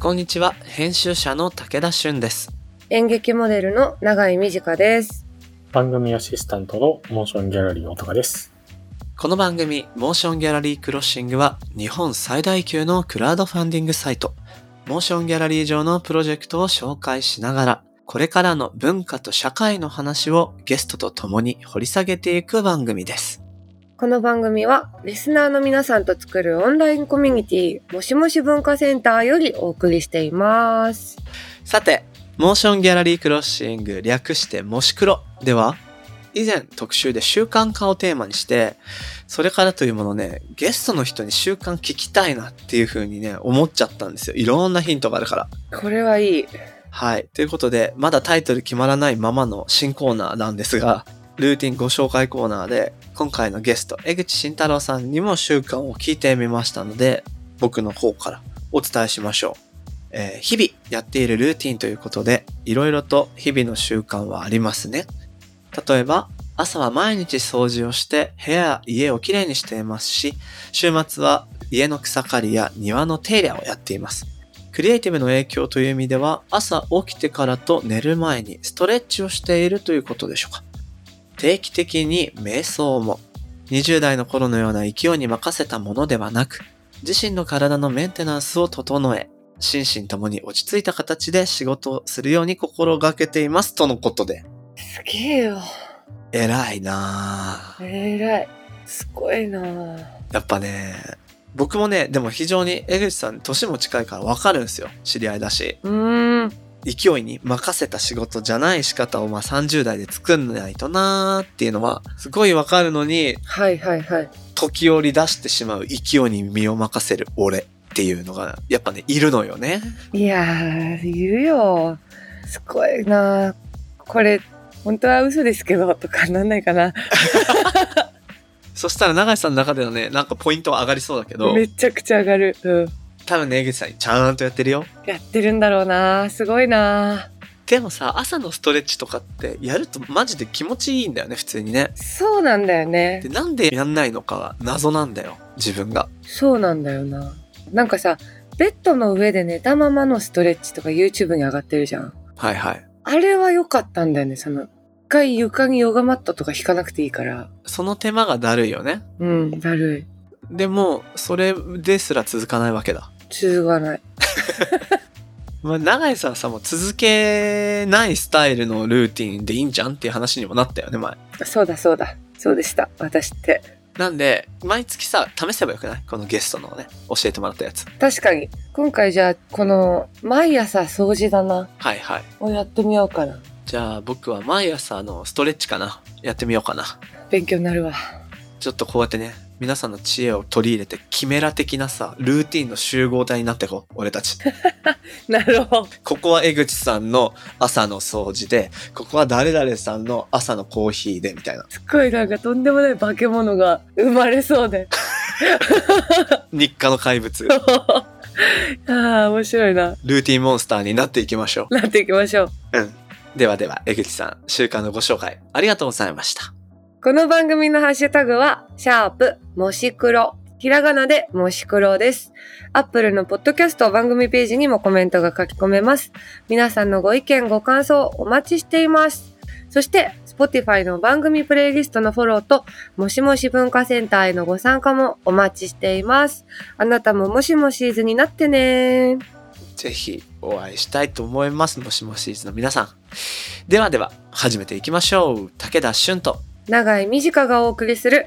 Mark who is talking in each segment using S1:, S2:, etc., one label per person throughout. S1: こんにちは編集者の武田俊です
S2: 演劇モデルの永井美智香です。
S3: 番組アシスタントのモーションギャラリーの高です。
S1: この番組モーションギャラリークロッシングは日本最大級のクラウドファンディングサイトモーションギャラリー上のプロジェクトを紹介しながらこれからの文化と社会の話をゲストと共に掘り下げていく番組です
S2: この番組はリスナーの皆さんと作るオンラインコミュニティもしもし文化センターよりお送りしています。
S1: さて、モーションギャラリークロッシング略してもし黒では、以前特集で習慣化をテーマにして、それからというものね、ゲストの人に習慣聞きたいなっていう風にね、思っちゃったんですよ。いろんなヒントがあるから。
S2: これはいい。
S1: はい。ということで、まだタイトル決まらないままの新コーナーなんですが、ルーティンご紹介コーナーで、今回のゲスト、江口慎太郎さんにも習慣を聞いてみましたので、僕の方からお伝えしましょう。えー日々やっているルーティンということで、いろいろと日々の習慣はありますね。例えば、朝は毎日掃除をして、部屋や家をきれいにしていますし、週末は家の草刈りや庭の手入れをやっています。クリエイティブの影響という意味では、朝起きてからと寝る前にストレッチをしているということでしょうか。定期的に瞑想も、20代の頃のような勢いに任せたものではなく、自身の体のメンテナンスを整え、心身ともに落ち着いた形で仕事をするように心がけていますとのことで。
S2: すげえよ。
S1: 偉いなぁ。
S2: えらい。すごいな
S1: やっぱね、僕もね、でも非常に江口さん年も近いからわかるんですよ。知り合いだし。
S2: うーん。
S1: 勢いに任せた仕事じゃない仕方をまあ30代で作んないとなーっていうのはすごいわかるのに
S2: はいはいはい。
S1: 時折出してしまう勢いに身を任せる俺っていうのがやっぱねいるのよね。
S2: いやー、いるよ。すごいなこれ、本当は嘘ですけど、とかなんないかな。
S1: そしたら永井さんの中ではねなんかポイントは上がりそうだけど
S2: めちゃくちゃ上がる。うん。
S1: 多分ね江口さんちゃんとやってるよ。
S2: やってるんだろうなすごいな
S1: でもさ朝のストレッチとかってやるとマジで気持ちいいんだよね普通にね。
S2: そうなんだよね
S1: で。なんでやんないのかは謎なんだよ自分が。
S2: そうなんだよな。なんかさ、ベッドの上で寝たままのストレッチとか YouTube に上がってるじゃん。
S1: はいはい。
S2: あれは良かったんだよね。その、一回床にヨガマットとか引かなくていいから。
S1: その手間がだるいよね。
S2: うん、だるい。
S1: でもそれですら続かないわけだ。
S2: 続かない。
S1: まあ、永井さんさもう続けないスタイルのルーティンでいいんじゃんっていう話にもなったよね前
S2: そうだそうだ。そうでした。私って。
S1: なんで毎月さ試せばよくないこのゲストのね教えてもらったやつ
S2: 確かに。今回じゃあ、この、毎朝掃除だな。
S1: はいはい
S2: をやってみようかな。
S1: じゃあ僕は毎朝あのストレッチかなやってみようかな
S2: 勉強になるわ。
S1: ちょっとこうやってね皆さんの知恵を取り入れてキメラ的なさルーティンの集合体になってこう俺たち
S2: なるほど。
S1: ここは江口さんの朝の掃除でここは誰々さんの朝のコーヒーでみたいな
S2: すっごいなんかとんでもない化け物が生まれそうで。
S1: 日課の怪 物
S2: ああ、面白いな。
S1: ルーティンモンスターになっていきましょう
S2: なっていきましょう。
S1: ではでは、江口さん、週間のご紹介ありがとうございました。
S2: この番組のハッシュタグは、シャープ、もし黒。ひらがなでもし黒です。アップルのポッドキャスト番組ページにもコメントが書き込めます。皆さんのご意見、ご感想、お待ちしています。そして、Spotify の番組プレイリストのフォローと、もしもし文化センターへのご参加もお待ちしています。あなたももしもしーずになってねー。
S1: ぜひお会いしたいと思います。もしもしーずの皆さん。ではでは、始めていきましょう。武田俊と。
S2: 長井美智香がお送りする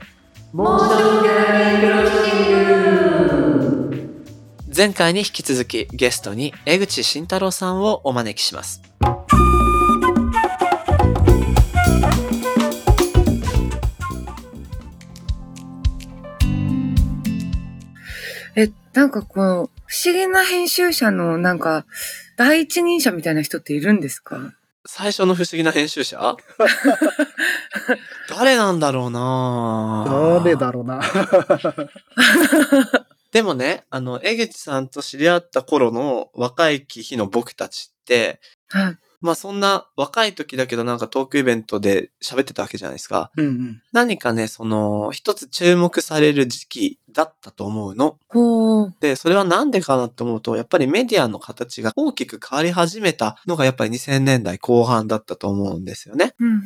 S1: 前回に引き続きゲストに江口慎太郎さんをお招きします。
S2: え、なんかこの、不思議な編集者のなんか、第一人者みたいな人っているんですか
S1: 最初の不思議な編集 者誰なんだろうな
S3: 誰だろうな。
S1: でもね、あの、江口さんと知り合った頃の若い日の僕たちって、
S2: はい。
S1: まあそんな若い時だけどなんかトークイベントで喋ってたわけじゃないですか。
S4: うんうん。
S1: 何かね、その、一つ注目される時期だったと思うの。
S2: ほう。
S1: で、それはなんでかなって思うと、やっぱりメディアの形が大きく変わり始めたのがやっぱり2000年代後半だったと思うんですよね。
S2: うんうんう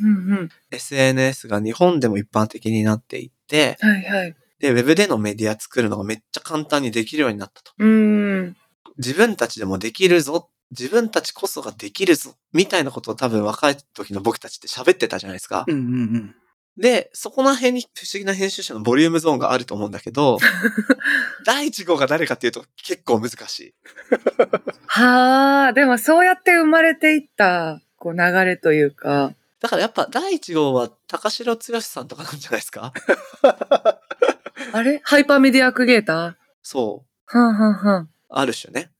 S2: ん。
S1: SNS が日本でも一般的になっていって、
S2: はいはい。
S1: で、ウェブでのメディア作るのがめっちゃ簡単にできるようになったと。
S2: うーん。
S1: 自分たちでもできるぞ。自分たちこそができるぞ。みたいなことを多分若い時の僕たちって喋ってたじゃないですか
S4: う。んうんうん。
S1: で、そこら辺に不思議な編集者のボリュームゾーンがあると思うんだけ ど、第1号が誰かっていうと結構難しい。
S2: はあ、でもそうやって生まれていった、こう流れというか。
S1: だからやっぱ第1号は高城剛さんとかなんじゃないですか
S2: あれハイパーメディアクリエイターは
S1: そう。
S2: あ、はあはあ、
S1: ある種ね。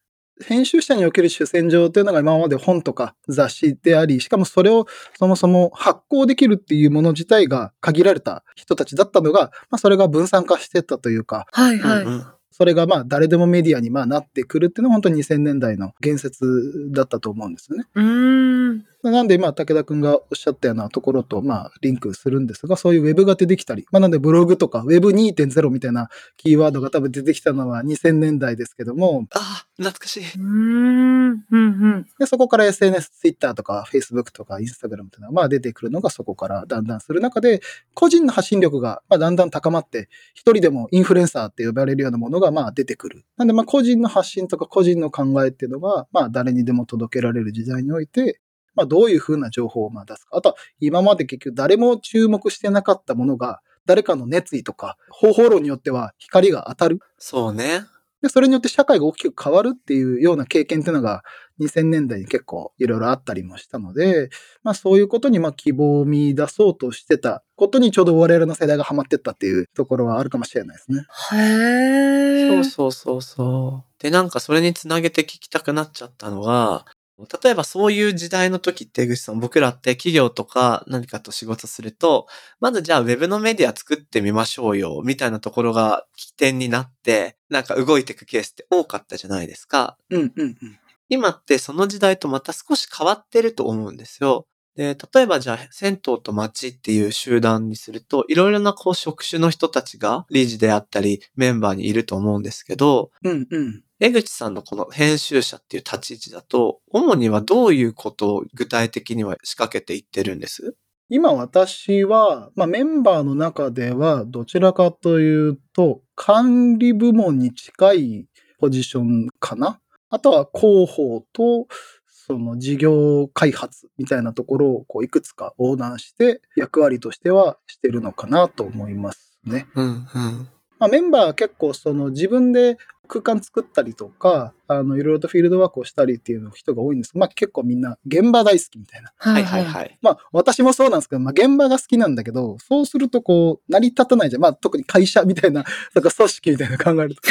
S4: 編集者における主戦場というのが今まで本とか雑誌であり、しかもそれをそもそも発行できるっていうもの自体が限られた人たちだったのが、まあそれが分散化してったというか、
S2: はいはい。
S1: うんうん
S4: それがまあ誰でもメディアにまあなってくるっていうのは本当に2000年代の言説だったと思うんですよね。
S2: うーん。
S4: なんで今武田くんがおっしゃったようなところとまあリンクするんですが、そういうウェブが出てきたり、まあなんでブログとか Web2.0 みたいなキーワードが多分出てきたのは2000年代ですけども、
S1: ああ、懐かしい。
S2: うーん。うんうん。
S4: で、そこから SNS、Twitter とか Facebook とか Instagram っていうのは、まあ出てくるのがそこからだんだんする中で、個人の発信力が、まあ、だんだん高まって、一人でもインフルエンサーって呼ばれるようなものが、まあ出てくる。なんで、まあ個人の発信とか個人の考えっていうのが、まあ誰にでも届けられる時代において、まあどういうふうな情報をまあ出すか。あとは、今まで結局誰も注目してなかったものが、誰かの熱意とか方法論によっては光が当たる。
S1: そうね。
S4: で、それによって社会が大きく変わるっていうような経験っていうのが2000年代に結構いろいろあったりもしたので、まあそういうことにまあ希望を見出そうとしてたことにちょうど我々の世代がハマってったっていうところはあるかもしれないですね。
S2: へ
S1: そ
S2: え。
S1: うそうそうそう。で、なんかそれにつなげて聞きたくなっちゃったのが、例えばそういう時代の時って、江口さん、僕らって企業とか何かと仕事すると、まずじゃあウェブのメディア作ってみましょうよ、みたいなところが起点になって、なんか動いていくケースって多かったじゃないですか。
S4: うんうんうん。
S1: 今ってその時代とまた少し変わってると思うんですよ。で、例えばじゃあ、銭湯と町っていう集団にすると、いろいろなこう職種の人たちが理事であったりメンバーにいると思うんですけど、
S4: うんうん。
S1: 江口さんのこの編集者っていう立ち位置だと、主にはどういうことを具体的には仕掛けていってるんです
S4: 今私は、まあメンバーの中ではどちらかというと管理部門に近いポジションかな。あとは広報と、その事業開発みたいなところをこういくつか横断して役割としてはしてるのかなと思いますね。
S1: うん、うん。
S4: まあ、メンバーは結構その自分で空間作ったりとか、あのいろいろとフィールドワークをしたりっていう人が多いんですまあ結構みんな現場大好きみたいな。
S1: は
S2: はい
S1: はいはい。
S4: まあ私もそうなんですけど、まあ現場が好きなんだけど、そうするとこう成り立たないじゃん。まあ特に会社みたいな、 とか組織みたいなの考えると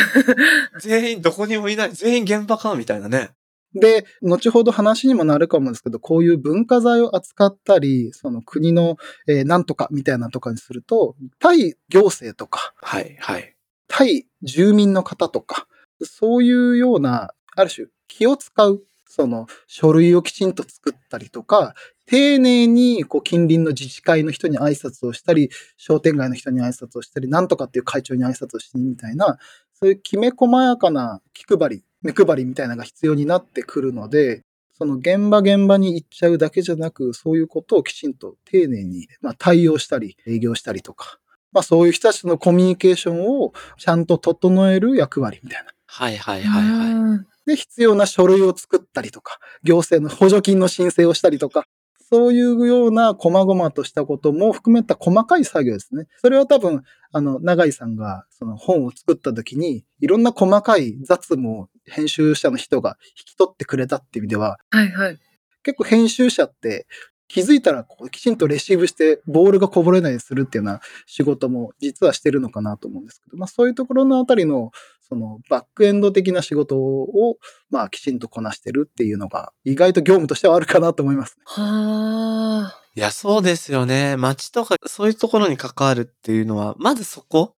S1: 全員どこにもいない。全員現場か、みたいなね。
S4: で、後ほど話にもなるかもですけど、こういう文化財を扱ったり、その国の、えーなんとかみたいなとかにすると、対行政とか、
S1: はいはい。
S4: 対住民の方とか、そういうような、ある種気を使う、その書類をきちんと作ったりとか、丁寧にこう近隣の自治会の人に挨拶をしたり、商店街の人に挨拶をしたり、なんとかっていう会長に挨拶をしにみたいな、そういうきめ細やかな気配り、目配りみたいなのが必要になってくるので、その現場現場に行っちゃうだけじゃなく、そういうことをきちんと丁寧に、まあ、対応したり、営業したりとか、まあそういう人たちとのコミュニケーションをちゃんと整える役割みたいな。
S1: はいはい
S2: い
S1: はいはい。
S2: はい。
S4: で、必要な書類を作ったりとか、行政の補助金の申請をしたりとか、そういうような細々としたことも含めた細かい作業ですね。それは多分、あの、永井さんがその本を作った時に、いろんな細かい雑務を編集者の人が引き取ってくれたっていう意味では、
S2: はいはい。
S4: 結構編集者って気づいたらこうきちんとレシーブしてボールがこぼれないようにするっていうような仕事も実はしてるのかなと思うんですけど、まあそういうところのあたりのそのバックエンド的な仕事をまあきちんとこなしてるっていうのが意外と業務としてはあるかなと思いますね。
S2: はあ。
S1: いや、そうですよね。街とかそういうところに関わるっていうのは、まずそこ、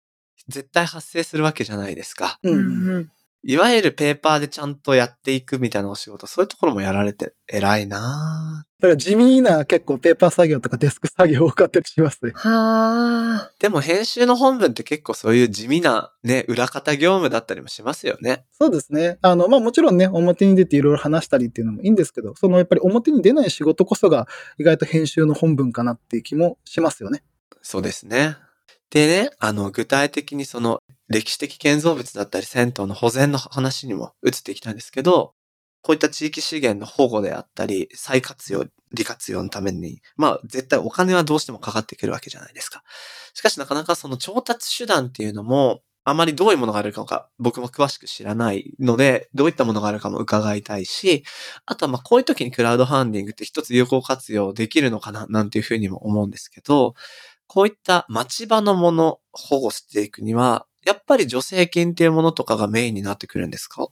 S1: 絶対発生するわけじゃないですか。
S4: う。
S2: うんん。
S1: いわゆるペーパーでちゃんとやっていくみたいなお仕事、そういうところもやられて偉いなぁ
S4: だから地味な結構ペーパー作業とかデスク作業多かったりしますね。
S2: はあ。
S1: でも編集の本文って結構そういう地味なね、裏方業務だったりもしますよね。
S4: そうですね。あの、まあもちろんね、表に出ていろいろ話したりっていうのもいいんですけど、そのやっぱり表に出ない仕事こそが意外と編集の本文かなっていう気もしますよね。
S1: そうですね。でね、あの、具体的にその歴史的建造物だったり銭湯の保全の話にも移っていきたいんですけど、こういった地域資源の保護であったり、再活用、利活用のために、まあ絶対お金はどうしてもかかってくるわけじゃないですか。しかしなかなかその調達手段っていうのも、あまりどういうものがあるのか、僕も詳しく知らないので、どういったものがあるかも伺いたいし、あとはまあこういう時にクラウドファンディングって一つ有効活用できるのかな、なんていうふうにも思うんですけど、こういった町場のもの保護していくには、やっぱり助成金っていうものとかがメインになってくるんですか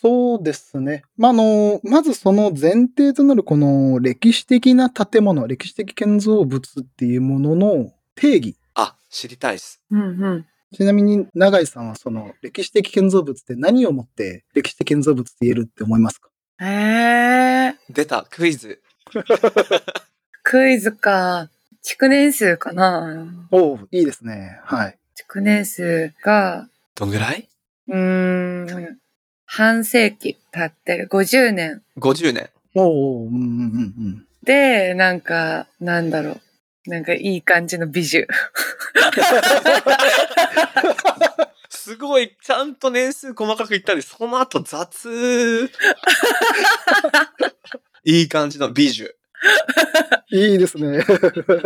S4: そうですね。まあ、あの、まずその前提となるこの歴史的な建物、歴史的建造物っていうものの定義。
S1: あ、知りたいです。
S2: うんうん。
S4: ちなみに永井さんはその歴史的建造物って何をもって歴史的建造物って言えるって思いますか
S2: へえ。
S1: 出た、クイズ。
S2: クイズか。築年数かな。
S4: おおいいですね。はい。
S2: 築年数が、
S1: どんぐらいう
S2: ーん、半世紀経ってる。50年。
S1: ?50 年。
S4: おおうんうんうんうん。
S2: で、なんか、なんだろう。なんかいい感じの美女。
S1: すごい、ちゃんと年数細かく言ったり、その後雑。 いい感じの美女。
S4: いいですね。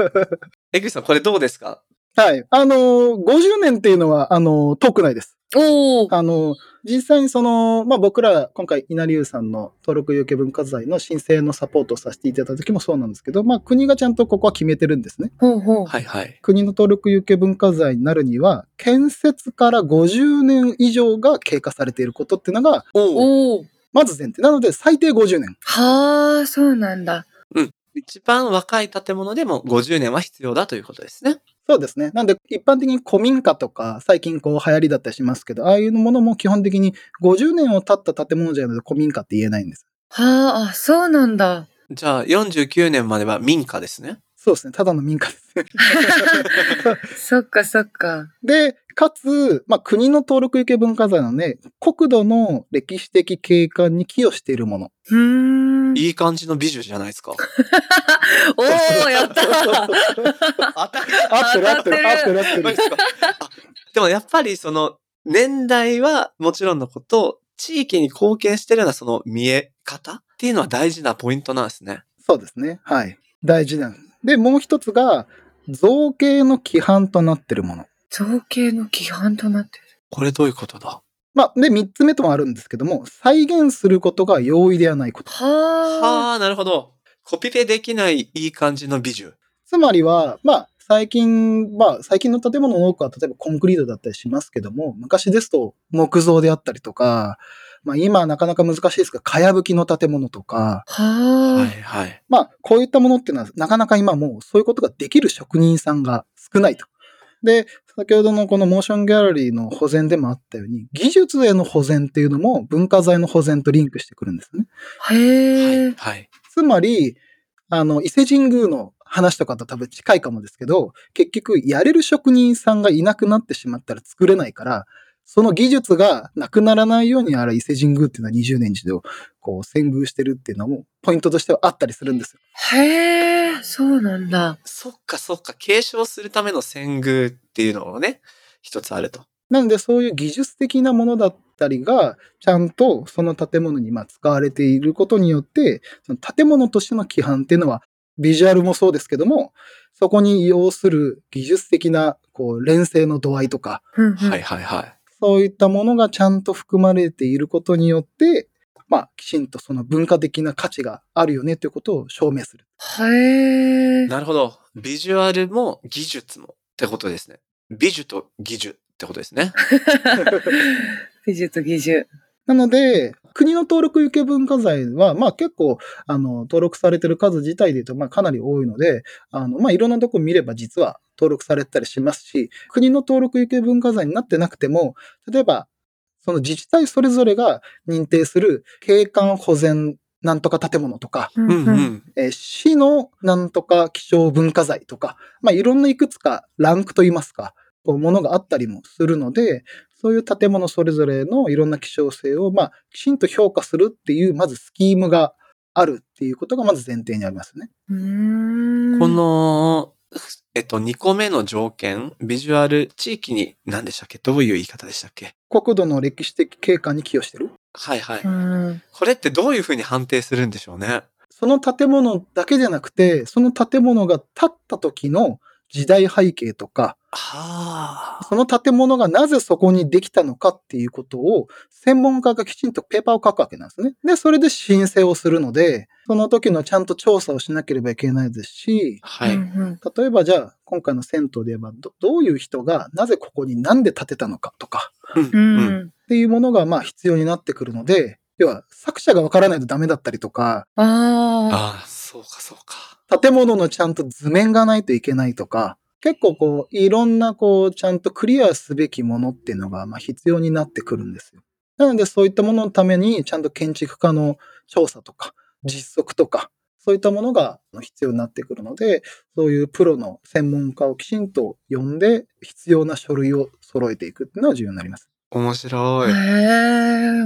S1: 江口さん、これどうですか
S4: はい。あのー、50年っていうのは、あのー、遠くないです。
S2: おお。
S4: あの、実際にその、まあ、僕ら、今回、稲荷湯さんの登録有形文化財の申請のサポートをさせていただいた時もそうなんですけど、まあ、国がちゃんとここは決めてるんですね。
S2: ほうほう。
S1: はいはい。
S4: 国の登録有形文化財になるには、建設から50年以上が経過されていることっていうのが、
S1: おお。
S2: おお。
S4: まず前提。なので、最低50年。
S2: はあ、そうなんだ。
S1: 一番若い建物でも50年は必要だということですね。
S4: そうですね。なんで、一般的に古民家とか、最近こう流行りだったりしますけど、ああいうものも基本的に50年を経った建物じゃないので、古民家って言えないんです。
S2: はあ、あ、そうなんだ。
S1: じゃあ、49年までは民家ですね。
S4: そうですね。ただの民家ですね。
S2: そっかそっか。
S4: で、かつ、まあ、国の登録有形文化財なので、国土の歴史的景観に寄与しているもの。
S2: うーん。
S1: いい感じの美女じゃない ですか。
S2: おお、やった
S1: 当たり
S4: 合ってる合ってる合ってる合って
S1: マ
S4: る
S1: ジ。ですかあでもやっぱりその年代はもちろんのこと、地域に貢献してるようなその見え方っていうのは大事なポイントなんですね。
S4: そうですね。はい。大事なんです。で、もう一つが、造形の規範となっているもの。
S2: 造形の規範となってる。
S1: これどういうことだ
S4: まあ、で、三つ目ともあるんですけども、再現することが容易ではないこと。
S2: はあ。
S1: はあ、なるほど。コピペできないいい感じの美女。
S4: つまりは、まあ、最近、まあ、最近の建物の多くは、例えばコンクリートだったりしますけども、昔ですと木造であったりとか、まあ、今はなかなか難しいですが、かやぶきの建物とか、
S1: はい
S2: は
S1: はい。
S4: まあ、こういったものっていうのは、なかなか今もうそういうことができる職人さんが少ないと。で、先ほどのこのモーションギャラリーの保全でもあったように、技術への保全っていうのも文化財の保全とリンクしてくるんですよね。
S2: あ。
S1: は
S2: へえ
S1: い。。はい。
S4: つまり、あの、伊勢神宮の話とかと多分近いかもですけど、結局、やれる職人さんがいなくなってしまったら作れないから、その技術がなくならないように、あら伊勢神宮っていうのは20年時代をこう、遷宮してるっていうのも、ポイントとしてはあったりするんですよ。
S2: へえ、そうなんだ。
S1: そっかそっか、継承するための遷宮っていうのをね、一つあると。
S4: なので、そういう技術的なものだったりが、ちゃんとその建物にまあ使われていることによって、その建物としての規範っていうのは、ビジュアルもそうですけども、そこに要する技術的な、こう、連成の度合いとか、
S2: うんうん
S1: はいはいはい。
S4: そういったものがちゃんと含まれていることによって、まあ、きちんとその文化的な価値があるよねということを証明する。
S2: へえ。
S1: なるほど。ビジュアルも技術もってことですね。美女と技術ってことですね。
S2: 美術技術。
S4: なので、国の登録有形文化財は、まあ結構、あの、登録されてる数自体で言うと、まあかなり多いので、あの、まあいろんなとこ見れば実は登録されてたりしますし、国の登録有形文化財になってなくても、例えば、その自治体それぞれが認定する景観保全なんとか建物とか、
S2: うん
S1: うんうん。
S4: えー市のなんとか気象文化財とか、まあ、いろんないくつかランクといいますか、こうものがあったりもするので、そういう建物それぞれのいろんな希少性を、まあ、きちんと評価するっていう、まずスキームがあるっていうことがまず前提にありますね。
S2: うん
S1: こ、の、えっと、2個目の条件、ビジュアル、地域に、何でしたっけどういう言い方でしたっけ
S4: 国土の歴史的景観に寄与してる。
S1: はいはい。
S2: うん
S1: これってどういうふうに判定するんでしょうね。
S4: その建物だけじゃなくて、その建物が建った時の時代背景とか、
S1: はあ。
S4: その建物がなぜそこにできたのかっていうことを、専門家がきちんとペーパーを書くわけなんですね。で、それで申請をするので、その時のちゃんと調査をしなければいけないですし、
S1: は
S2: う
S1: い。
S2: ん
S4: 例えばじゃあ、今回の銭湯で言えばど、どういう人がなぜここになんで建てたのかとか、
S1: うん
S2: う
S1: うんん。
S4: っていうものがまあ必要になってくるので、要は作者がわからないとダメだったりとか、
S2: あ
S1: ああ、そうかそうか。
S4: 建物のちゃんと図面がないといけないとか、結構こう、いろんなこう、ちゃんとクリアすべきものっていうのが、まあ必要になってくるんですよ。なのでそういったもののために、ちゃんと建築家の調査とか、実測とか、そういったものが必要になってくるので、そういうプロの専門家をきちんと呼んで、必要な書類を揃えていくっていうのは重要になります。
S1: 面
S2: あ。
S1: 白
S2: へ
S1: い。
S2: え、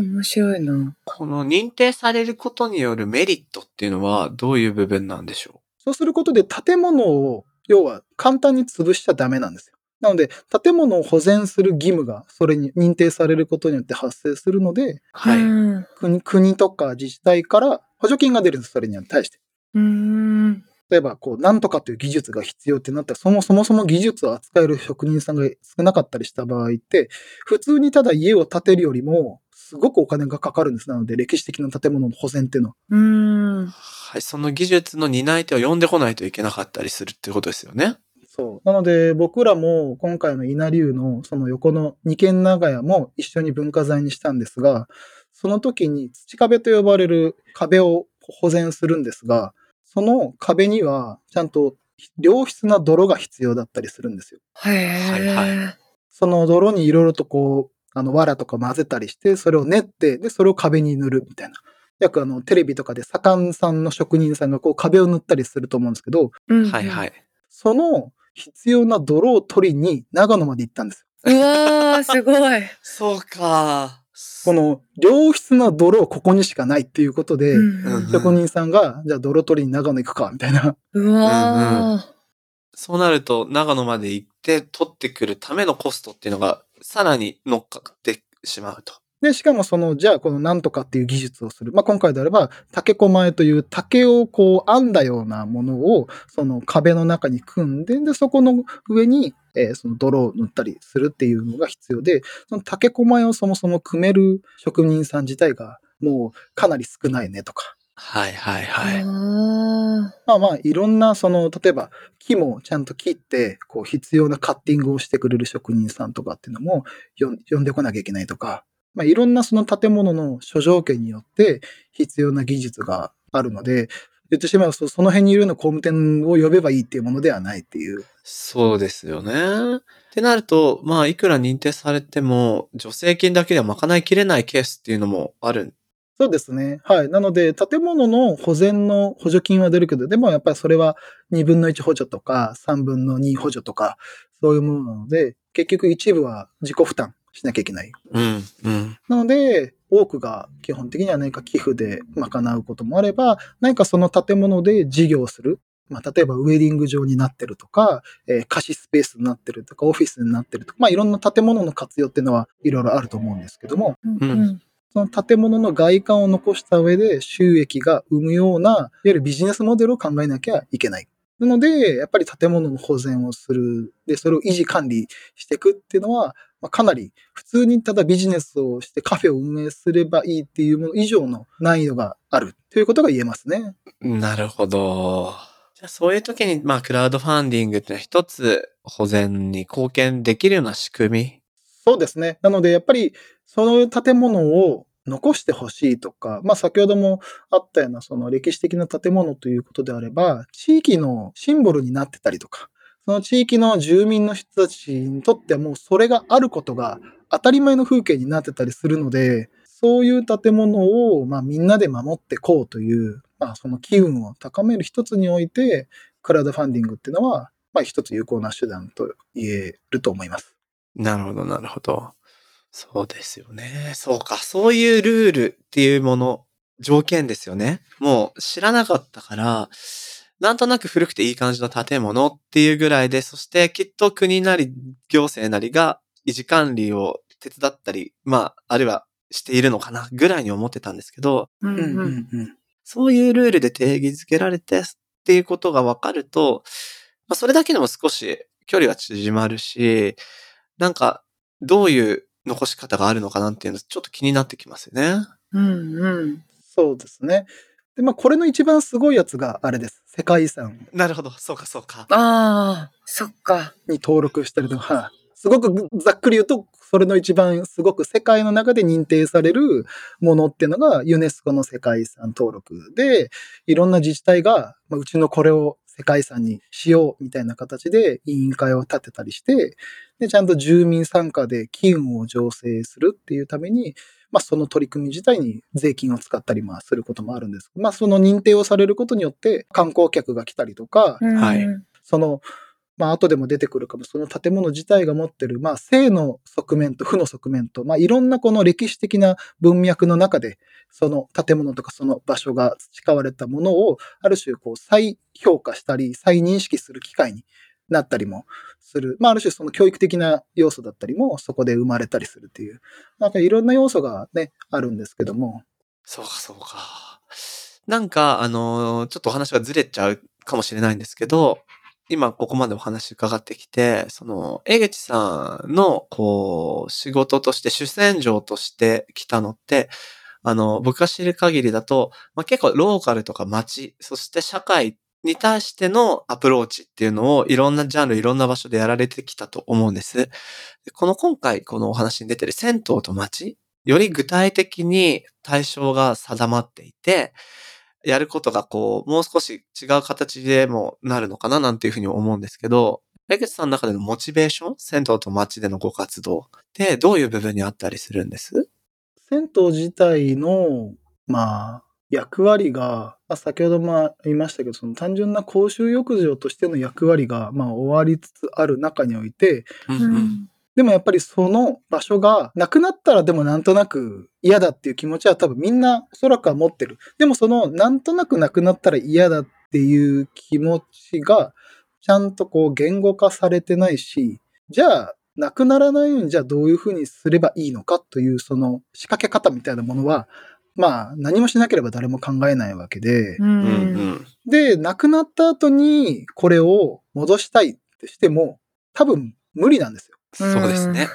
S2: 面白いな。
S1: この認定されることによるメリットっていうのはどういう部分なんでしょ
S4: そうすることで建物を、要は簡単に潰しちゃダメなんですよ。なので、建物を保全する義務が、それに認定されることによって発生するので
S1: う、はい。
S2: うん
S4: 国国とか自治体から補助金が出るんです、それに対して。
S2: うん。
S4: 例えば、こう、なんとかという技術が必要ってなったら、そもそもそも技術を扱える職人さんが少なかったりした場合って、普通にただ家を建てるよりも、すごくお金がかかるんです。なので、歴史的な建物の保全っていうのは。
S2: うん。
S1: はい。その技術の担い手を呼んでこないといけなかったりするってことですよね。
S4: そう。なので、僕らも今回の稲流のその横の二軒長屋も一緒に文化財にしたんですが、その時に土壁と呼ばれる壁を保全するんですが、その壁にはちゃんと良質な泥が必要だったりするんですよ。
S2: へえ。
S1: はい
S4: その泥にいろいろとこう、あの、藁とか混ぜたりして、それを練って、で、それを壁に塗るみたいな。よくあの、テレビとかで左官さんの職人さんがこう壁を塗ったりすると思うんですけど、
S2: うん
S1: はいはい。
S4: その必要な泥を取りに長野まで行ったんですよ。
S2: うわー、すごい。
S1: そうか。
S4: この良質な泥をここにしかないっていうことで、
S2: うん
S4: 職人さんが、じゃあ泥取りに長野行くか、みたいな。
S2: うわ
S1: そうなると長野まで行って取ってくるためのコストっていうのがさらに乗っかってしまうと。
S4: で、しかもその、じゃあこのなんとかっていう技術をする。まあ、今回であれば、竹小前という竹をこう編んだようなものを、その壁の中に組んで、で、そこの上に、えーその泥を塗ったりするっていうのが必要で、その竹小前をそもそも組める職人さん自体が、もうかなり少ないねとか。
S1: はいはい
S2: ー。
S1: はい。
S2: あ
S4: まあまあ、いろんな、その、例えば、木もちゃんと切って、こう、必要なカッティングをしてくれる職人さんとかっていうのも、よん呼んでこなきゃいけないとか、まあ、いろんなその建物の諸条件によって、必要な技術があるので、言ってしまえば、そその辺にいるような工務店を呼べばいいっていうものではないっていう。
S1: そうですよね。ってなると、まあ、いくら認定されても、助成金だけでは賄いきれないケースっていうのもある。
S4: そうですね。はい。なので、建物の保全の補助金は出るけど、でもやっぱりそれは2分の1補助とか、3分の2補助とか、そういうものなので、結局一部は自己負担しなきゃいけない。
S1: うん、うん。
S4: なので、多くが基本的には何か寄付で賄うこともあれば、何かその建物で事業をする。まあ、例えばウェディング場になってるとか、えー貸しスペースになってるとか、オフィスになってるとか、まあ、いろんな建物の活用っていうのはいろいろあると思うんですけども、
S2: ー。
S1: うん
S2: うん
S4: その建物の外観を残した上で収益が生むような、いわゆるビジネスモデルを考えなきゃいけない。なので、やっぱり建物の保全をする。で、それを維持管理していくっていうのは、まあ、かなり普通にただビジネスをしてカフェを運営すればいいっていうもの以上の難易度があるということが言えますね。
S1: なるほど。じゃあ、そういう時に、まあ、クラウドファンディングっていうのは一つ保全に貢献できるような仕組み。
S4: そうですね。なので、やっぱり、その建物を残してほしいとか、まあ、先ほどもあったような、その歴史的な建物ということであれば、地域のシンボルになってたりとか、その地域の住民の人たちにとってはもうそれがあることが当たり前の風景になってたりするので、そういう建物を、まあ、みんなで守ってこうという、まあ、その機運を高める一つにおいて、クラウドファンディングっていうのは、まあ、一つ有効な手段と言えると思います。
S1: なるほど、なるほど。そうですよね。そうか。そういうルールっていうもの、条件ですよね。もう知らなかったから、なんとなく古くていい感じの建物っていうぐらいで、そしてきっと国なり行政なりが維持管理を手伝ったり、まあ、あるいはしているのかなぐらいに思ってたんですけど、
S2: うんうん
S4: うん。
S1: そういうルールで定義づけられてっていうことが分かると、まあ、それだけでも少し距離は縮まるし、なんかどういう残し方があるのかなっていうのちょっと気になってきますよね。
S2: うんうん。
S4: そうですね。で、まあ、これの一番すごいやつがあれです。世界遺産
S1: なるほど。そうかそうか。
S2: ああ、そっか。
S4: に登録したりとか、はいすごくざっくり言うと、それの一番すごく世界の中で認定されるものっていうのがユネスコの世界遺産登録で、いろんな自治体が、まあうちのこれを世界遺産にしようみたいな形で委員会を立てたりして、で、ちゃんと住民参加で機運を醸成するっていうために、まあその取り組み自体に税金を使ったりまあすることもあるんです。まあその認定をされることによって観光客が来たりとか、
S2: うん
S1: はい
S4: その、まあ、後でも出てくるかも、その建物自体が持ってる、まあ、性の側面と負の側面と、まあ、いろんなこの歴史的な文脈の中で、その建物とかその場所が培われたものを、ある種、こう、再評価したり、再認識する機会になったりもする。まあ、ある種、その教育的な要素だったりも、そこで生まれたりするっていう。なんか、いろんな要素がね、あるんですけども。
S1: そうかそうか。なんか、あのーちょっとお話がずれちゃうかもしれないんですけど、今ここまでお話伺ってきて、その、江口さんの、こう、仕事として、主戦場としてきたのって、あの、僕が知る限りだと、まあ、結構ローカルとか街、そして社会に対してのアプローチっていうのをいろんなジャンル、いろんな場所でやられてきたと思うんです。でこの今回このお話に出てる銭湯と街より具体的に対象が定まっていて、やることがこう、もう少し違う形でもなるのかななんていうふうに思うんですけど、レ口さんの中でのモチベーション銭湯と街でのご活動ってどういう部分にあったりするんです
S4: 銭湯自体の、まあ、役割が、まあ、先ほども言いましたけど、その単純な公衆浴場としての役割が、まあ、終わりつつある中において、
S1: うん
S2: う。ん
S4: でもやっぱりその場所がなくなったらでもなんとなく嫌だっていう気持ちは多分みんなおそらくは持ってる。でもそのなんとなくなくなったら嫌だっていう気持ちがちゃんとこう言語化されてないし、じゃあなくならないようにじゃあどういうふうにすればいいのかというその仕掛け方みたいなものは、まあ何もしなければ誰も考えないわけで、
S2: う
S1: うんうんん。
S4: で、亡くなった後にこれを戻したいってしても多分無理なんですよ。
S1: そうですね。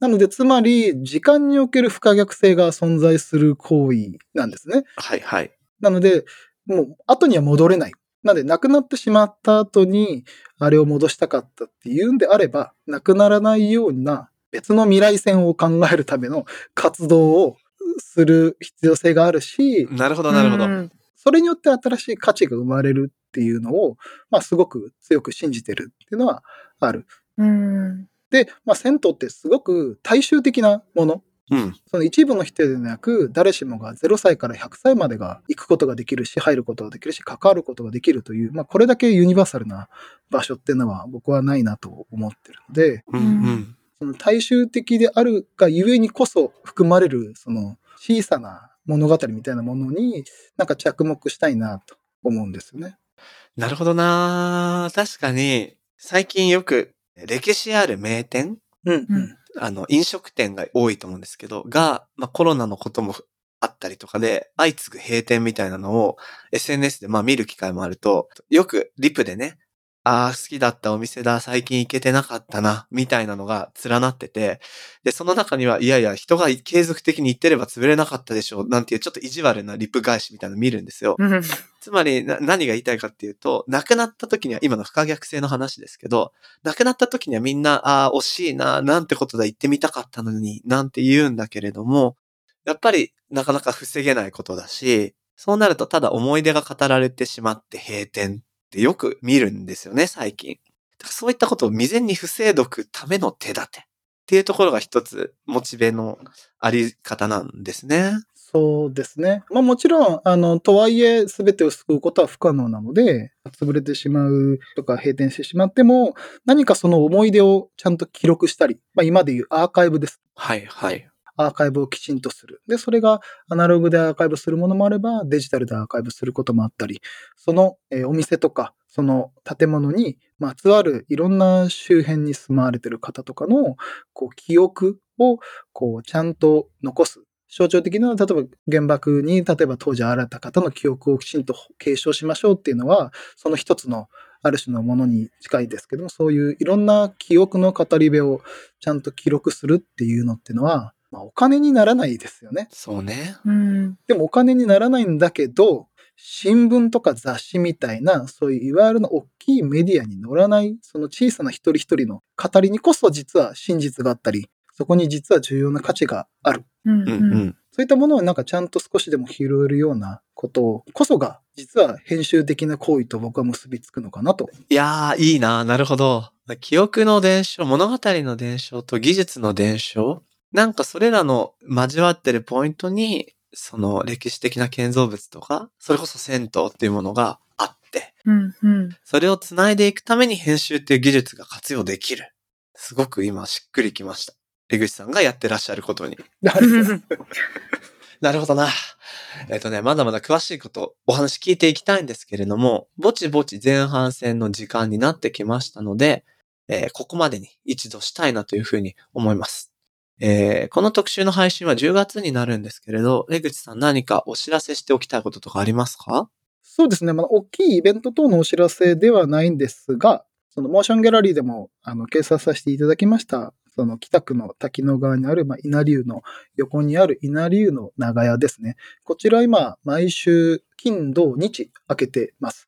S4: なので、つまり、時間における不可逆性が存在する行為なんですね。
S1: はいはい。
S4: なので、もう、後には戻れない。なので、亡くなってしまった後に、あれを戻したかったっていうんであれば、亡くならないような別の未来線を考えるための活動をする必要性があるし、
S1: なるほどなるほど。
S2: うん
S4: それによって新しい価値が生まれるっていうのを、まあ、すごく強く信じてるっていうのはある。
S2: うん
S4: で、まあ、銭湯ってすごく大衆的なもの。
S1: うん。
S4: その一部の人ではなく、誰しもが0歳から100歳までが行くことができるし、入ることができるし、関わることができるという、まあ、これだけユニバーサルな場所っていうのは僕はないなと思ってるので、
S1: うんうん。
S4: その大衆的であるがゆえにこそ含まれる、その小さな物語みたいなものに、なんか着目したいなと思うんですよね。
S1: なるほどな確かに、最近よく歴史ある名店
S4: うん、
S2: う
S4: うんん。
S1: あの、飲食店が多いと思うんですけど、が、まあコロナのこともあったりとかで、相次ぐ閉店みたいなのを SNS でまあ見る機会もあると、よくリプでね、ああ、好きだったお店だ、最近行けてなかったな、みたいなのが連なってて、で、その中には、いやいや、人が継続的に行ってれば潰れなかったでしょう、なんていうちょっと意地悪なリプ返しみたいなの見るんですよ。
S2: うん
S1: つまりな、何が言いたいかっていうと、亡くなった時には、今の不可逆性の話ですけど、亡くなった時にはみんな、ああ、惜しいな、なんてことだ、行ってみたかったのに、なんて言うんだけれども、やっぱりなかなか防げないことだし、そうなるとただ思い出が語られてしまって閉店ってよく見るんですよね、最近。そういったことを未然に防いどくための手立てっていうところが一つモチベのあり方なんですね。
S4: そうですね。まあもちろん、あの、とはいえ、全てを救うことは不可能なので、潰れてしまうとか閉店してしまっても、何かその思い出をちゃんと記録したり、まあ今でいうアーカイブです。
S1: はいはい。
S4: アーカイブをきちんとする。で、それがアナログでアーカイブするものもあれば、デジタルでアーカイブすることもあったり、その、えーお店とか、その建物にまつわるいろんな周辺に住まわれてる方とかの、こう、記憶を、こう、ちゃんと残す。象徴的な、例えば原爆に、例えば当時あられた方の記憶をきちんと継承しましょうっていうのは、その一つの、ある種のものに近いですけども、そういういろんな記憶の語り部をちゃんと記録するっていうのってのは、まあ、お金にならないですよね。
S1: そうね。
S2: うん。
S4: でもお金にならないんだけど、新聞とか雑誌みたいな、そういういわゆるの大きいメディアに乗らない、その小さな一人一人の語りにこそ実は真実があったり、そこに実は重要な価値がある。
S2: うん。
S1: う
S2: うん。
S1: うんん。
S4: そういったものをなんかちゃんと少しでも拾えるようなことをこそが、実は編集的な行為と僕は結びつくのかなと。
S1: いやー、いいな。なるほど。記憶の伝承、物語の伝承と技術の伝承。なんかそれらの交わってるポイントに、その歴史的な建造物とか、それこそ銭湯っていうものがあって、
S2: うん。うん。
S1: それをつないでいくために編集っていう技術が活用できる。すごく今しっくりきました。江口さんがやってらっしゃることに。なるほどな。えっとね、まだまだ詳しいことお話聞いていきたいんですけれども、ぼちぼち前半戦の時間になってきましたので、えーここまでに一度したいなというふうに思います。えーこの特集の配信は10月になるんですけれど、江口さん何かお知らせしておきたいこととかありますか
S4: そうですね。まあ、大きいイベント等のお知らせではないんですが、そのモーションギャラリーでもあの掲載させていただきました、その北区の滝の側にある、まあ、稲流の横にある稲流の長屋ですね。こちら今、毎週金土日開けてます。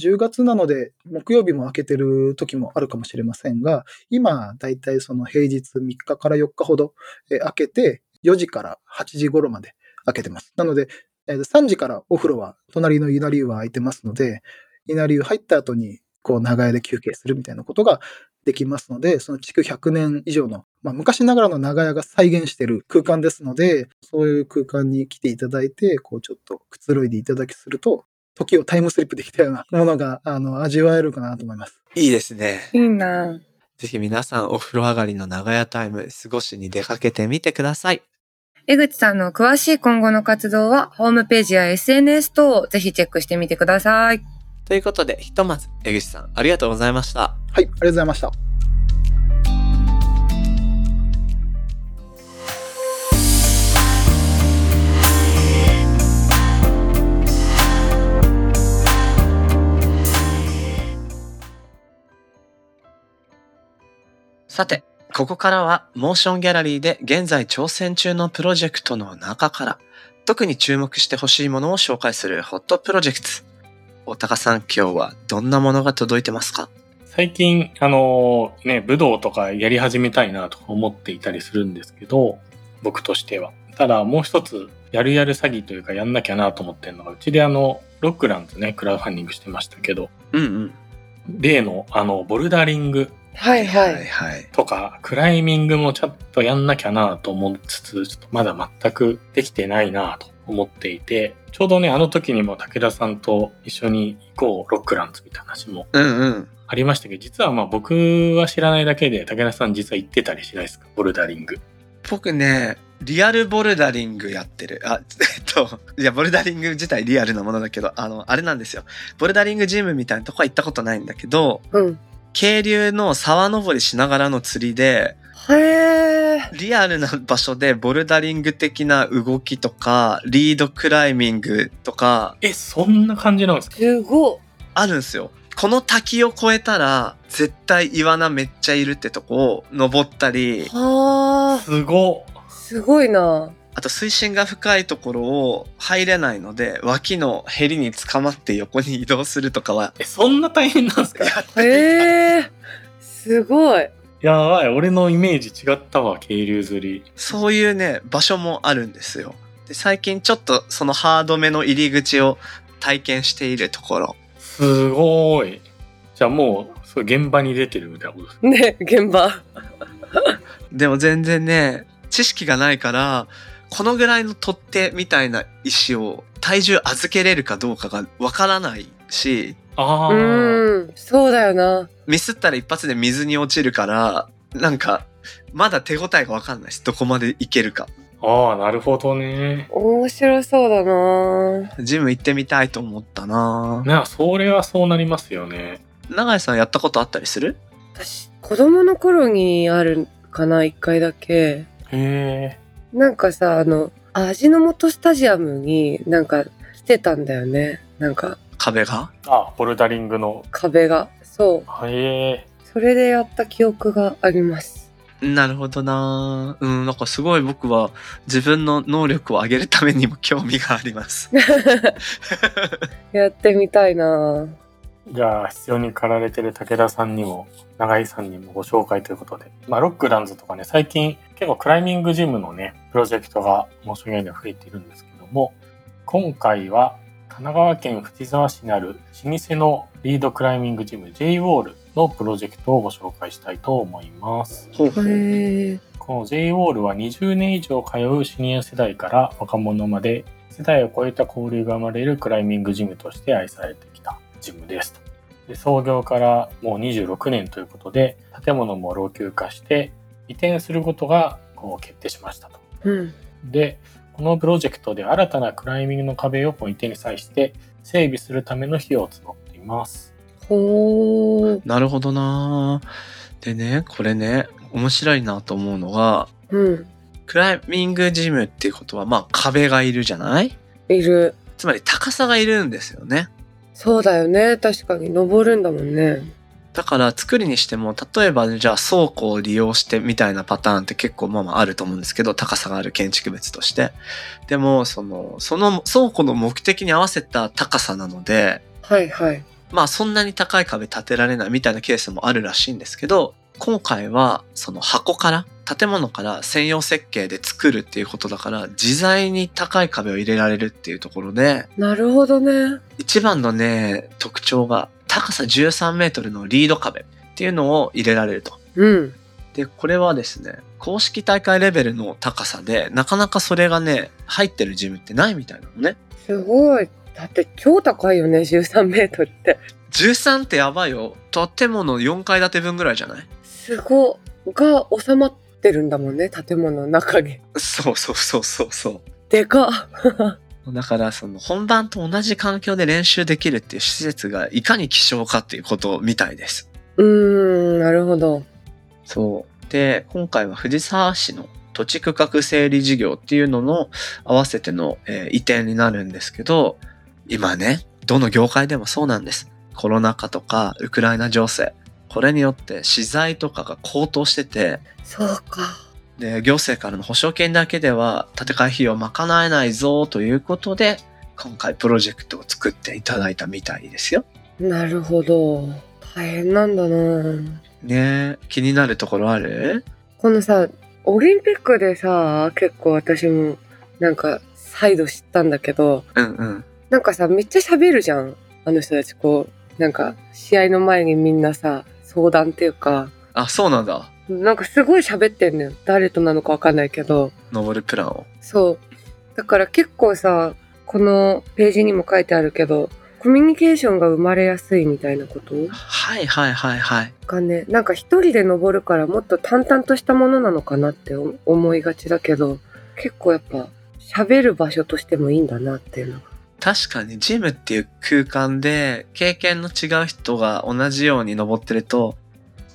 S4: 10月なので、木曜日も開けてる時もあるかもしれませんが、今、だいたいその平日3日から4日ほどえー開けて、4時から8時頃まで開けてます。なので、えー3時からお風呂は、隣の稲流は空いてますので、稲流入った後に、こう、長屋で休憩するみたいなことができますので、その築100年以上の、まあ、昔ながらの長屋が再現している空間ですので、そういう空間に来ていただいて、こう、ちょっとくつろいでいただきすると、時をタイムスリップできたようなものが、あの、味わえるかなと思います。
S1: いいですね。
S2: いいな。
S1: ぜひ皆さんお風呂上がりの長屋タイム、過ごしに出かけてみてください。
S2: 江口さんの詳しい今後の活動は、ホームページや SNS 等をぜひチェックしてみてください。
S1: ということで、ひとまず江口さんありがとうございました。
S4: はい、ありがとうございました。
S1: さて、ここからはモーションギャラリーで現在挑戦中のプロジェクトの中から特に注目してほしいものを紹介するホットプロジェクト。おたかさん今日はどんなものが届いてますか
S3: 最近、あのーね、武道とかやり始めたいなとか思っていたりするんですけど、僕としては。ただ、もう一つ、やるやる詐欺というかやんなきゃなと思ってるのが、うちであの、ロックランズね、クラウドファンディングしてましたけど、
S1: うんうん。
S3: 例のあの、ボルダリング
S2: はい
S1: はい。はい。
S3: とか、クライミングもちょっとやんなきゃなと思いつつ、ちょっとまだ全くできてないなと思っていて、ちょうどね、あの時にも武田さんと一緒に行こう、ロックランズみたいな話も
S1: うんうん。
S3: ありましたけど、実はまあ僕は知らないだけで、武田さん実は行ってたりしないですかボルダリング。
S1: 僕ね、リアルボルダリングやってる。あ、 えっと、いや、ボルダリング自体リアルなものだけど、あの、あれなんですよ。ボルダリングジムみたいなとこは行ったことないんだけど、
S2: うん。
S1: 渓流の沢登りしながらの釣りで、
S2: へえ。
S1: リアルな場所でボルダリング的な動きとか、リードクライミングとか、
S3: え、そんな感じなんですか
S2: すご
S1: あるんですよ。この滝を越えたら、絶対イワナめっちゃいるってとこを登ったり
S2: い。、は
S3: すごっ
S2: あ。すごいな。
S1: あと水深が深いところを入れないので、脇のヘリに捕まって横に移動するとかは、
S3: え、そんな大変なんですか
S1: やってみた
S2: へえ。すごい。
S3: やばい、俺のイメージ違ったわ、渓流釣り。
S1: そういうね、場所もあるんですよ。で最近ちょっとそのハードめの入り口を体験しているところ。
S3: すごい。じゃあもう、そう現場に出てるみたいなことです
S2: ね、
S3: ね。
S2: 現場。
S1: でも全然ね知識がないからこのぐらいの取っ手みたいな石を体重預けれるかどうかがわからないし
S3: あ
S2: う
S3: あ、
S2: ん、そうだよな。
S1: ミスったら一発で水に落ちるからなんかまだ手応えがわかんないですどこまでいけるか
S3: ああ、なるほどね。
S2: 面白そうだな。
S1: ジム行ってみたいと思ったな
S3: なあ、それはそうなりますよね。
S1: 永井さんやったことあったりする
S2: 私、子供の頃にあるかな、一回だけ。
S3: へえ。
S2: なんかさ、あの、味の素スタジアムになんか来てたんだよね。なんか
S1: 壁が
S3: あ、ボルダリングの。
S2: 壁が。そう。
S3: へえ。
S2: それでやった記憶があります。
S1: なるほどなうんなんかすごい僕は自分の能力を上げるためにも興味があります
S2: やってみたいな
S3: じゃあ、必要に駆られてる武田さんにも、永井さんにもご紹介ということで。まあ、ロックダンズとかね、最近結構クライミングジムのね、プロジェクトが申し訳ないの増えているんですけども、今回は神奈川県藤沢市にある老舗のリードクライミングジム J ウォールのプロジェクトをご紹介したいと思います。
S1: ほうほう
S2: へえ。
S3: この j w a l は20年以上通うシニア世代から若者まで世代を超えた交流が生まれるクライミングジムとして愛されてきたジムですとで創業からもう26年ということで建物も老朽化して移転することがこう決定しましたと
S2: うん。
S3: でこのプロジェクトで新たなクライミングの壁をこう移転に際して整備するための費用を募っています
S2: ほー。
S1: なるほどなでねこれね面白いなと思うのが
S2: うん。
S1: クライミングジムっていうことはまあ壁がいるじゃない
S2: いる。
S1: つまり高さがいるんですよね
S2: そうだよね。確かに登るんだもんね。
S1: だから作りにしても例えばじゃあ倉庫を利用してみたいなパターンって結構まあまああると思うんですけど高さがある建築物としてでもそのその倉庫の目的に合わせた高さなので
S2: はいはい。
S1: まあそんなに高い壁建てられないみたいなケースもあるらしいんですけど今回はその箱から建物から専用設計で作るっていうことだから自在に高い壁を入れられるっていうところで
S2: なるほどね。
S1: 一番のね特徴が高さ13メートルのリード壁っていうのを入れられると。
S2: うん。
S1: でこれはですね公式大会レベルの高さでなかなかそれがね入ってるジムってないみたいなのね。
S2: すごい。だって超高いよね。13メートルって。
S1: 13ってやばいよ建物4階建て分ぐらいじゃない
S2: すごい。が収まってるんだもんね。建物の中に。
S1: そうそうそうそうそ
S2: でかっ。
S1: う。だからその本番と同じ環境で練習できるっていう施設がいかに希少かっていうことみたいです。
S2: うーん。なるほど。
S1: そう。で、今回は藤沢市の土地区画整理事業っていうのの合わせての、えー移転になるんですけど、今ね、どの業界でもそうなんです。コロナ禍とかウクライナ情勢。これによって資材とかが高騰してて、
S2: そうか。
S1: で行政からの保証金だけでは建て替え費用を賄えないぞということで今回プロジェクトを作っていただいたみたいですよ。
S2: なるほど。大変なんだな。
S1: ねえ気になるところある
S2: このさ、オリンピックでさ、結構私もなんか再度知ったんだけど、
S1: うんうん。
S2: なんかさ、めっちゃ喋るじゃん。あの人たちこう、なんか試合の前にみんなさ、相談っていうか、
S1: あそうなんだ。
S2: なんかすごい喋ってんのよ。誰となのかわかんないけど。
S1: 登るプランを。
S2: そう。だから結構さ、このページにも書いてあるけど、コミュニケーションが生まれやすいみたいなこと
S1: はいはいはいはい。
S2: がね、なんか一人で登るからもっと淡々としたものなのかなって思いがちだけど、結構やっぱ喋る場所としてもいいんだなっていうのが。
S1: 確かにジムっていう空間で経験の違う人が同じように登ってると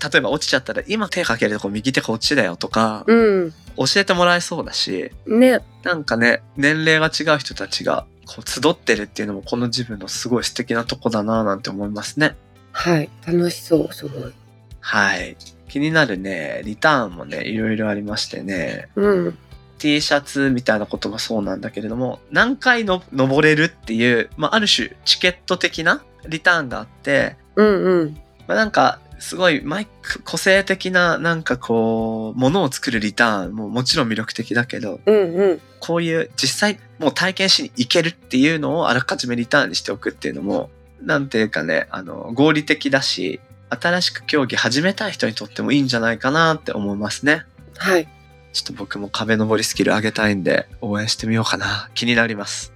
S1: 例えば落ちちゃったら今手かけるとこ右手こっちだよとか教
S2: う
S1: えてもらえそうだし
S2: ん。ね。
S1: なんかね、年齢が違う人たちが、こう、集ってるっていうのも、この自分のすごい素敵なとこだななんて思いますね。
S2: はい。楽しそう、すごい。
S1: はい。気になるね、リターンもね、いろいろありましてね、
S2: うん。
S1: T シャツみたいなこともそうなんだけれども、何回の登れるっていう、まあ、ある種、チケット的なリターンがあって、
S2: うんうん。
S1: まあ、なんか、すごい、毎個性的な、なんかこう、ものを作るリターンももちろん魅力的だけど、
S2: うんうん。
S1: こういう実際もう体験しに行けるっていうのをあらかじめリターンにしておくっていうのもなんていうかね、あの、合理的だし、新しく競技始めたい人にとってもいいんじゃないかなって思いますね。
S2: はい。
S1: ちょっと僕も壁登りスキル上げたいんで、応援してみようかな。気になります。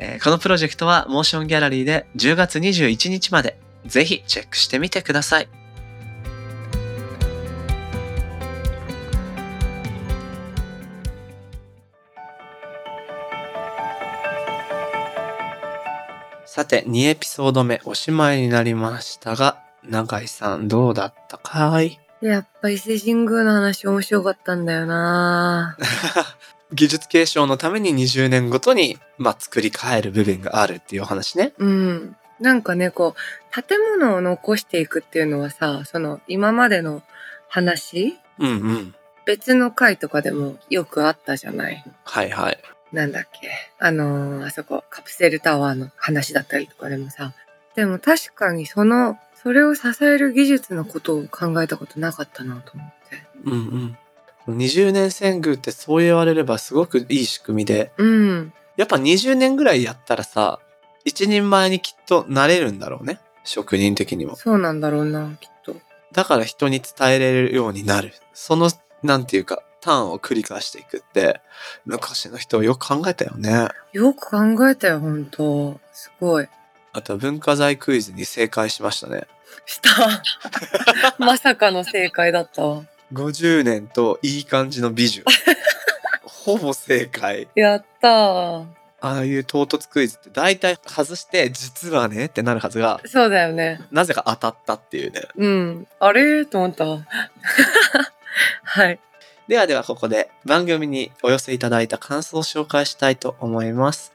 S1: えーこのプロジェクトはモーションギャラリーで10月21日までぜひチェックしてみてくださいさて2エピソード目おしまいになりましたが永井さんどうだったかい
S2: やっぱ伊勢神宮の話面白かったんだよな
S1: 技術継承のために20年ごとに、まあ、作り変える部分があるっていうお話ね。
S2: うん。なんかね、こう、建物を残していくっていうのはさ、その、今までの話
S1: うんうん。
S2: 別の回とかでもよくあったじゃない
S1: はいはい。
S2: なんだっけあのーあそこ、カプセルタワーの話だったりとかでもさ。でも確かにその、それを支える技術のことを考えたことなかったなと思って。
S1: うんうん。20年遷宮ってそう言われればすごくいい仕組みで、
S2: うん。
S1: やっぱ20年ぐらいやったらさ、一人前にきっとなれるんだろうね。職人的にも。
S2: そうなんだろうな、きっと。
S1: だから人に伝えれるようになる。その、なんていうか、ターンを繰り返していくって、昔の人よく考えたよね。
S2: よく考えたよ、本当すごい。
S1: あと文化財クイズに正解しましたね。
S2: した。まさかの正解だったわ。
S1: 50年といい感じの美女。ほぼ正解。
S2: やったー。
S1: ああいう唐突クイズって大体外して、実はねってなるはずが、
S2: そうだよね。
S1: なぜか当たったっていうね。
S2: うん。あれと思った わ。はい。
S1: ではではここで番組にお寄せいただいた感想を紹介したいと思います。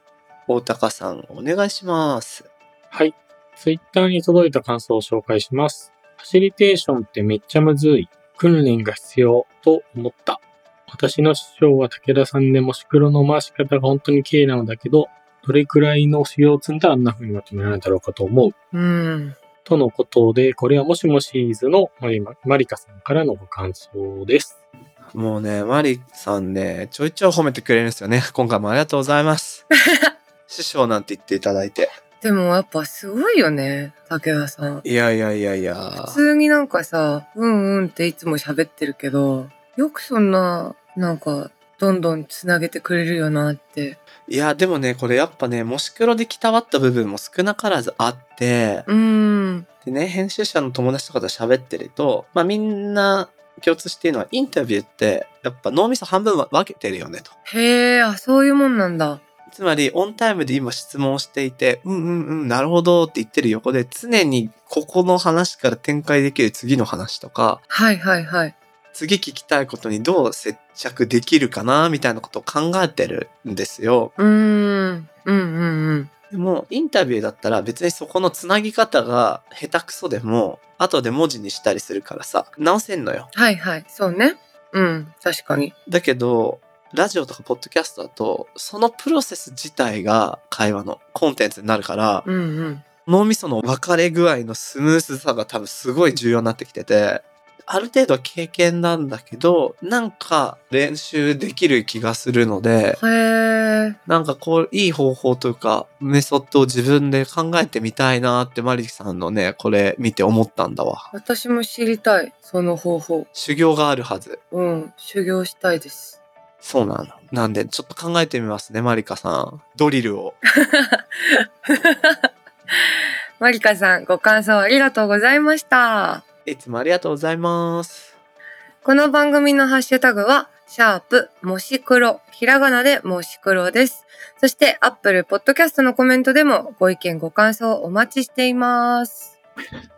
S1: 大高さん、お願いします。
S3: はい。ツイッターに届いた感想を紹介します。ファシリテーションってめっちゃむずい。訓練が必要と思った。私の師匠は武田さんでもシクロの回し方が本当に綺麗なのだけど、どれくらいの修行を積んであんな風にまとめられたろうかと思う。
S2: うん。
S3: とのことで、これはもしもシーズのマリママリカさんからのご感想です。
S1: もうね、マリさんね、ちょいちょい褒めてくれるんですよね。今回もありがとうござい ます。師匠なんて言っていただいて。
S2: でもやっぱすごいよね、武田さん。
S1: いやいやいやいや
S2: 普。通になんかさ、うんうんっていつも喋ってるけど、よくそんな、なんか、どんどんつなげてくれるよなって。
S1: いや、でもね、これやっぱね、もし黒できたわった部分も少なからずあって、
S2: うん。
S1: でね、編集者の友達とかと喋ってると、まあみんな共通しているのはインタビューって、やっぱ脳みそ半分は分けてるよねと。
S2: へえ、あ、そういうもんなんだ。
S1: つまり、オンタイムで今質問をしていて、うんうんうん、なるほどって言ってる横で、常にここの話から展開できる次の話とか、
S2: はいはいはい。
S1: 次聞きたいことにどう接着できるかな、みたいなことを考えてるんですよ。
S2: うーん。うんうんうん。
S1: でも、インタビューだったら別にそこのつなぎ方が下手くそでも、後で文字にしたりするからさ、直せんのよ。
S2: はいはい。そうね。うん。確かに。
S1: だけど、ラジオとかポッドキャストだと、そのプロセス自体が会話のコンテンツになるから、
S2: うんうん。
S1: 脳みその分かれ具合のスムースさが多分すごい重要になってきてて、ある程度は経験なんだけど、なんか練習できる気がするので、
S2: へえ。
S1: なんかこう、いい方法というか、メソッドを自分で考えてみたいなってマリさんのね、これ見て思ったんだわ。
S2: 私も知りたい。その方法。
S1: 修行があるはず。
S2: うん。修行したいです。
S1: そうなの。なんで、ちょっと考えてみますね、マリカさん。ドリルを。
S2: マリカさん、ご感想ありがとうございました。
S1: いつもありがとうございます。
S2: この番組のハッシュタグは、シャープ、もし黒、ひらがなでもし黒です。そして、アップルポッドキャストのコメントでもご意見ご感想お待ちしています。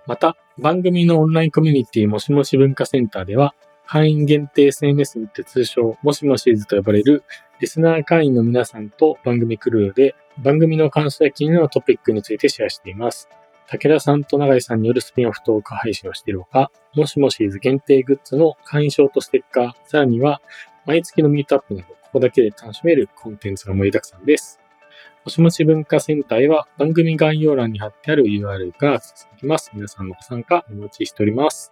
S3: また、番組のオンラインコミュニティもしもし文化センターでは、会員限定 SNS にて通称、もしもしーずと呼ばれる、リスナー会員の皆さんと番組クルーで、番組の感想や気になるトピックについてシェアしています。武田さんと永井さんによるスピンオフトーク配信をしているほか、もしもしーず限定グッズの会員証とステッカー、さらには、毎月のミートアップなど、ここだけで楽しめるコンテンツが盛りだくさんです。もしもし文化センターへは番組概要欄に貼ってある URL からアクセスできます。皆さんのご参加お待ちしております。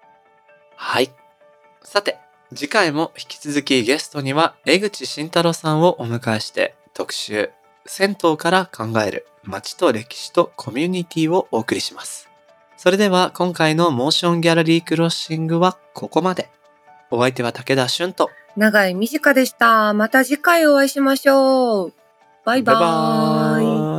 S1: はい。さて、次回も引き続きゲストには江口慎太郎さんをお迎えして特集、銭湯から考える街と歴史とコミュニティをお送りします。それでは今回のモーションギャラリークロッシングはここまで。お相手は武田俊と。
S2: 長井美佳でした。また次回お会いしましょう。バイバーイ。
S1: バイバーイ